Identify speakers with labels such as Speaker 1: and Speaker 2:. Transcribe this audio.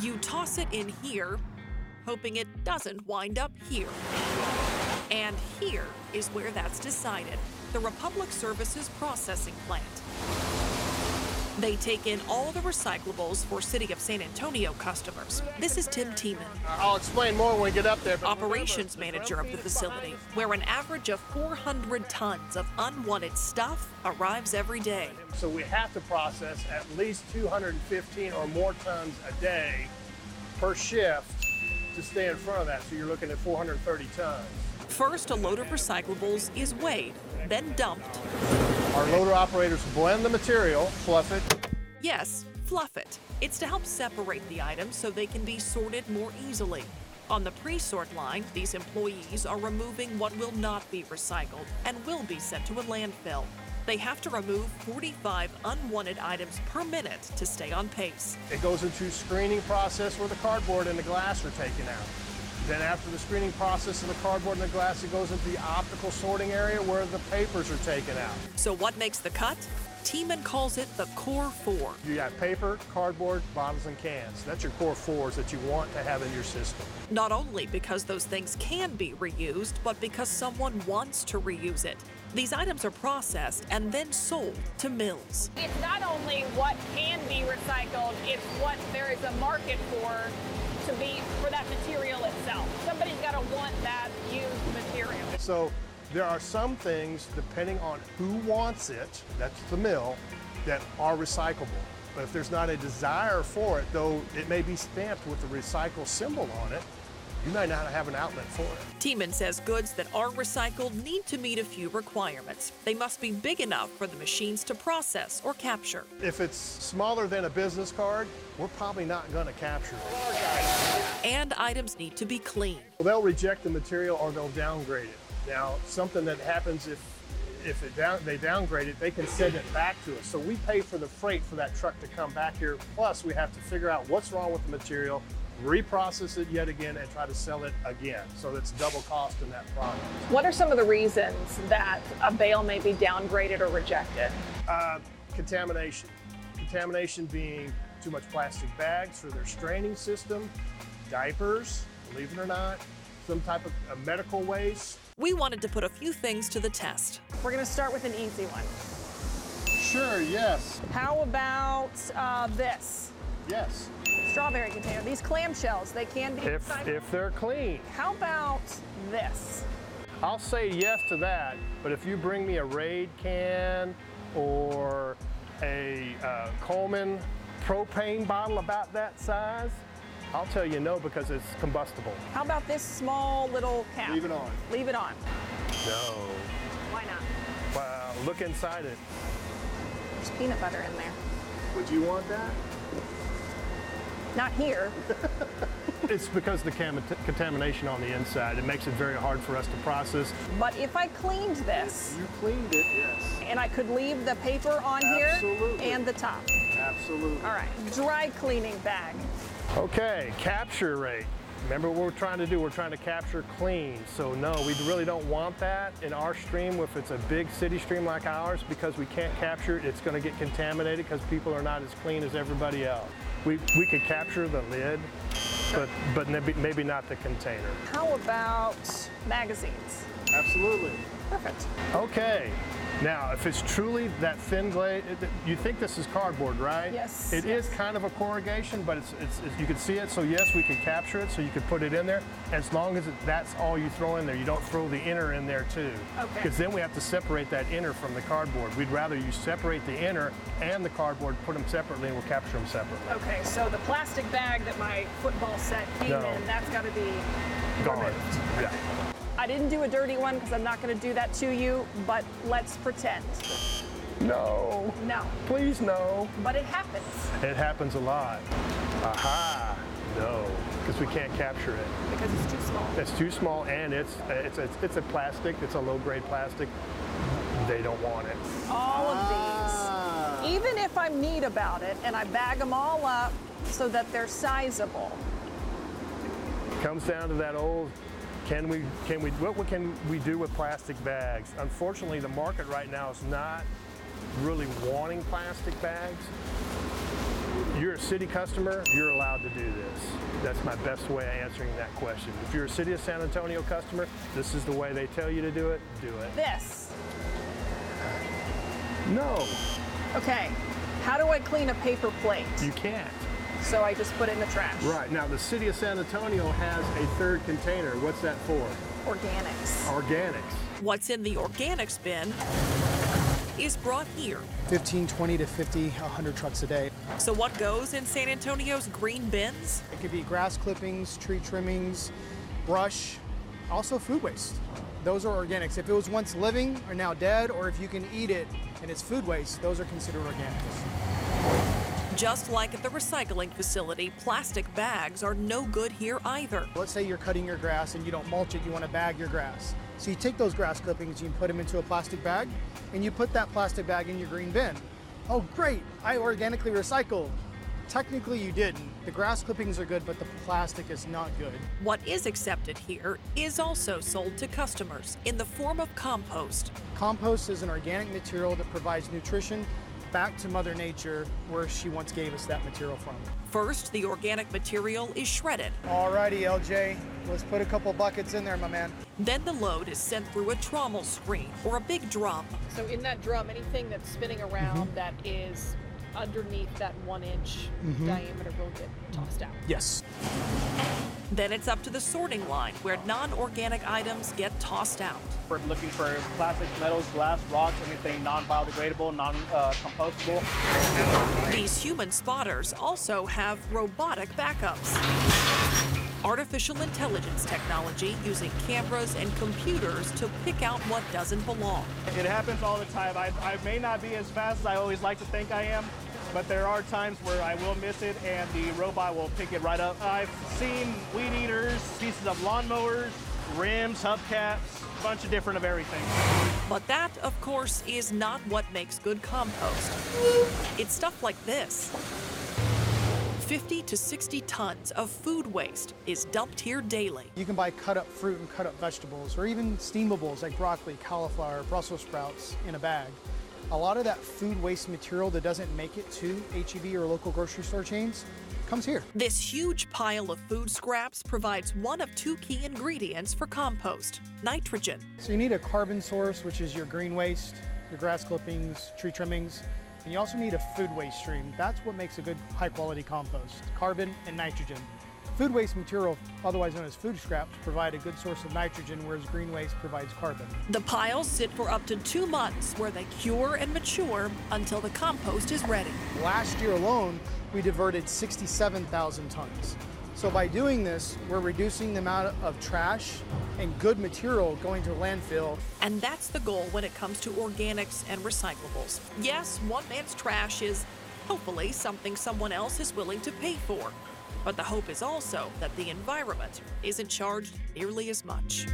Speaker 1: You toss it in here, hoping it doesn't wind up here. And here is where that's decided the Republic Services Processing Plant. They take in all the recyclables for City of San Antonio customers. This is Tim Tiemann,
Speaker 2: I'll explain more when we get up there. but
Speaker 1: operations
Speaker 2: remember,
Speaker 1: manager of the
Speaker 2: drill feed is
Speaker 1: facility,
Speaker 2: behind us.
Speaker 1: where an average of 400 tons of unwanted stuff arrives every day.
Speaker 2: So we have to process at least 215 or more tons a day per shift to stay in front of that. So you're looking at 430 tons.
Speaker 1: First, a load of recyclables is weighed, then dumped.
Speaker 2: Our loader operators blend the material, fluff it.
Speaker 1: Yes, fluff it. It's to help separate the items so they can be sorted more easily. On the pre sort line, these employees are removing what will not be recycled and will be sent to a landfill. They have to remove 45 unwanted items per minute to stay on pace.
Speaker 2: It goes into screening process where the cardboard and the glass are taken out. Then after the screening process of the cardboard and the glass, it goes into the optical sorting area where the papers are taken out.
Speaker 1: So, what makes the cut? Tiemann calls it the Core Four.
Speaker 2: You got paper, cardboard, bottles, and cans. That's your core fours that you want to have in your system.
Speaker 1: Not only because those things can be reused, but because someone wants to reuse it. These items are processed and then sold to mills.
Speaker 3: It's not only what can be recycled, it's what there is a market for to be for that material itself. Somebody's got to want that used material.
Speaker 2: So there are some things, depending on who wants it, that's the mill, that are recyclable. But if there's not a desire for it, though it may be stamped with the recycle symbol on it, you may not have an outlet for it.
Speaker 1: Tiemann says goods that are recycled need to meet a few requirements. They must be big enough for the machines to process or capture.
Speaker 2: If it's smaller than a business card, we're probably not going to capture it.
Speaker 1: And items need to be clean.
Speaker 2: They'll reject the material or they'll downgrade it. Now, something that happens if if it down, they downgrade it, they can send it back to us. So we pay for the freight for that truck to come back here. Plus, we have to figure out what's wrong with the material, reprocess it yet again, and try to sell it again. So that's double cost in that product.
Speaker 3: What are some of the reasons that a bale may be downgraded or rejected?
Speaker 2: Uh, contamination. Contamination being too much plastic bags for their straining system, diapers, believe it or not, some type of uh, medical waste.
Speaker 1: We wanted to put a few things to the test.
Speaker 4: We're going to start with an easy one.
Speaker 2: Sure, yes,
Speaker 4: How about uh, this
Speaker 2: yes.
Speaker 4: strawberry container? These clamshells, they can be.
Speaker 2: If,
Speaker 4: recycled.
Speaker 2: if they're clean.
Speaker 4: How about this?
Speaker 2: I'll say yes to that, but if you bring me a Raid can or a uh, Coleman propane bottle about that size, I'll tell you no because it's combustible.
Speaker 4: How about this small little cap?
Speaker 2: Leave it on.
Speaker 4: Leave it on.
Speaker 2: No.
Speaker 4: Why not?
Speaker 2: Wow, look inside it.
Speaker 4: There's peanut butter in there.
Speaker 2: Would you want that?
Speaker 4: Not here.
Speaker 2: It's because of the cam- contamination on the inside. It makes it very hard for us to process.
Speaker 4: But if I cleaned this
Speaker 2: You cleaned it, yes.
Speaker 4: and I could leave the paper on
Speaker 2: Absolutely.
Speaker 4: here and the top.
Speaker 2: Absolutely.
Speaker 4: All right. Dry cleaning bag.
Speaker 2: Okay, capture rate. Remember what we're trying to do, we're trying to capture clean. So no, we really don't want that in our stream if it's a big city stream like ours because we can't capture it, it's gonna get contaminated because people are not as clean as everybody else. We, we could capture the lid, but, but maybe, maybe not the container.
Speaker 4: How about magazines?
Speaker 2: Absolutely.
Speaker 4: Perfect.
Speaker 2: Okay, now if it's truly that thin glaze, you think this is cardboard, right?
Speaker 4: Yes,
Speaker 2: It is kind of a corrugation, but it's, it's, it's- you can see it, so yes, we could capture it, so you could put it in there, as long as it, that's all you throw in there. You don't throw the inner in there too.
Speaker 4: Okay.
Speaker 2: Because then we have to separate that inner from the cardboard. We'd rather you separate the inner and the cardboard, put them separately, and we'll capture them separately.
Speaker 4: Okay, so the plastic bag that my football set came
Speaker 2: No.
Speaker 4: in, that's got to be.
Speaker 2: Gone.
Speaker 4: removed.
Speaker 2: Yeah.
Speaker 4: I didn't do a dirty one because I'm not going to do that to you, but let's pretend.
Speaker 2: No.
Speaker 4: No,
Speaker 2: Please no.
Speaker 4: but it happens
Speaker 2: It happens a lot. Aha. No. Because we can't capture it.
Speaker 4: because it's too small.
Speaker 2: It's too small and it's it's it's, it's a plastic. It's a low grade plastic. They don't want it.
Speaker 4: All
Speaker 2: Ah.
Speaker 4: of these, even if I'm neat about it and I bag them all up so that they're sizable,
Speaker 2: Comes down to that old. Can we can we what, what can we do with plastic bags? Unfortunately, the market right now is not really wanting plastic bags. you're a city customer, you're allowed to do this. That's my best way of answering that question. If you're a City of San Antonio customer, this is the way they tell you to do it, do it.
Speaker 4: This.
Speaker 2: No,
Speaker 4: Okay. How do I clean a paper plate?
Speaker 2: you can't.
Speaker 4: So I just put it in the trash.
Speaker 2: Right, now the City of San Antonio has a third container. What's that for?
Speaker 4: Organics.
Speaker 2: Organics.
Speaker 1: What's in the organics bin is brought here.
Speaker 5: 15, 20 to 50, 100 trucks a day.
Speaker 1: So, what goes in San Antonio's green bins?
Speaker 5: It could be grass clippings, tree trimmings, brush, also food waste. Those are organics. If it was once living or now dead, or if you can eat it and it's food waste, those are considered organics.
Speaker 1: Just like at the recycling facility, plastic bags are no good here either.
Speaker 5: Let's say you're cutting your grass and you don't mulch it, you want to bag your grass. So you take those grass clippings, you put them into a plastic bag, and you put that plastic bag in your green bin. Oh, great, I organically recycled. Technically, you didn't. The grass clippings are good, but the plastic is not good.
Speaker 1: What is accepted here is also sold to customers in the form of compost.
Speaker 5: Compost is an organic material that provides nutrition back to Mother Nature where she once gave us that material from.
Speaker 1: First, the organic material is shredded.
Speaker 5: Alrighty, LJ, let's put a couple buckets in there, my man.
Speaker 1: Then the load is sent through a trommel screen or a big drum.
Speaker 3: So in that drum, anything that's spinning around that is underneath that one inch diameter will get tossed out.
Speaker 5: Yes.
Speaker 1: Then it's up to the sorting line where non organic items get tossed out.
Speaker 6: We're looking for plastics, metals, glass, rocks, anything non-biodegradable, uh, non-compostable.
Speaker 1: These human spotters also have robotic backups. Artificial intelligence technology using cameras and computers to pick out what doesn't belong.
Speaker 6: It happens all the time. I, I may not be as fast as I always like to think I am, but there are times where I will miss it and the robot will pick it right up. I've seen weed eaters, pieces of lawnmowers, rims, hubcaps, bunch of different of everything.
Speaker 1: But that, of course, is not what makes good compost. It's stuff like this 50 to 60 tons of food waste is dumped here daily.
Speaker 5: You can buy cut up fruit and cut up vegetables or even steamables like broccoli, cauliflower, Brussels sprouts in a bag. A lot of that food waste material that doesn't make it to HEB or local grocery store chains comes here.
Speaker 1: This huge pile of food scraps provides one of two key ingredients for compost nitrogen.
Speaker 5: So you need a carbon source, which is your green waste, your grass clippings, tree trimmings, and you also need a food waste stream. That's what makes a good high quality compost, carbon and nitrogen. Food waste material, otherwise known as food scraps, provide a good source of nitrogen, whereas green waste provides carbon.
Speaker 1: The piles sit for up to two months where they cure and mature until the compost is ready.
Speaker 5: Last year alone, we diverted 67,000 tons. So by doing this, we're reducing the amount of trash and good material going to landfill.
Speaker 1: And that's the goal when it comes to organics and recyclables. Yes, one man's trash is hopefully something someone else is willing to pay for. But the hope is also that the environment isn't charged nearly as much.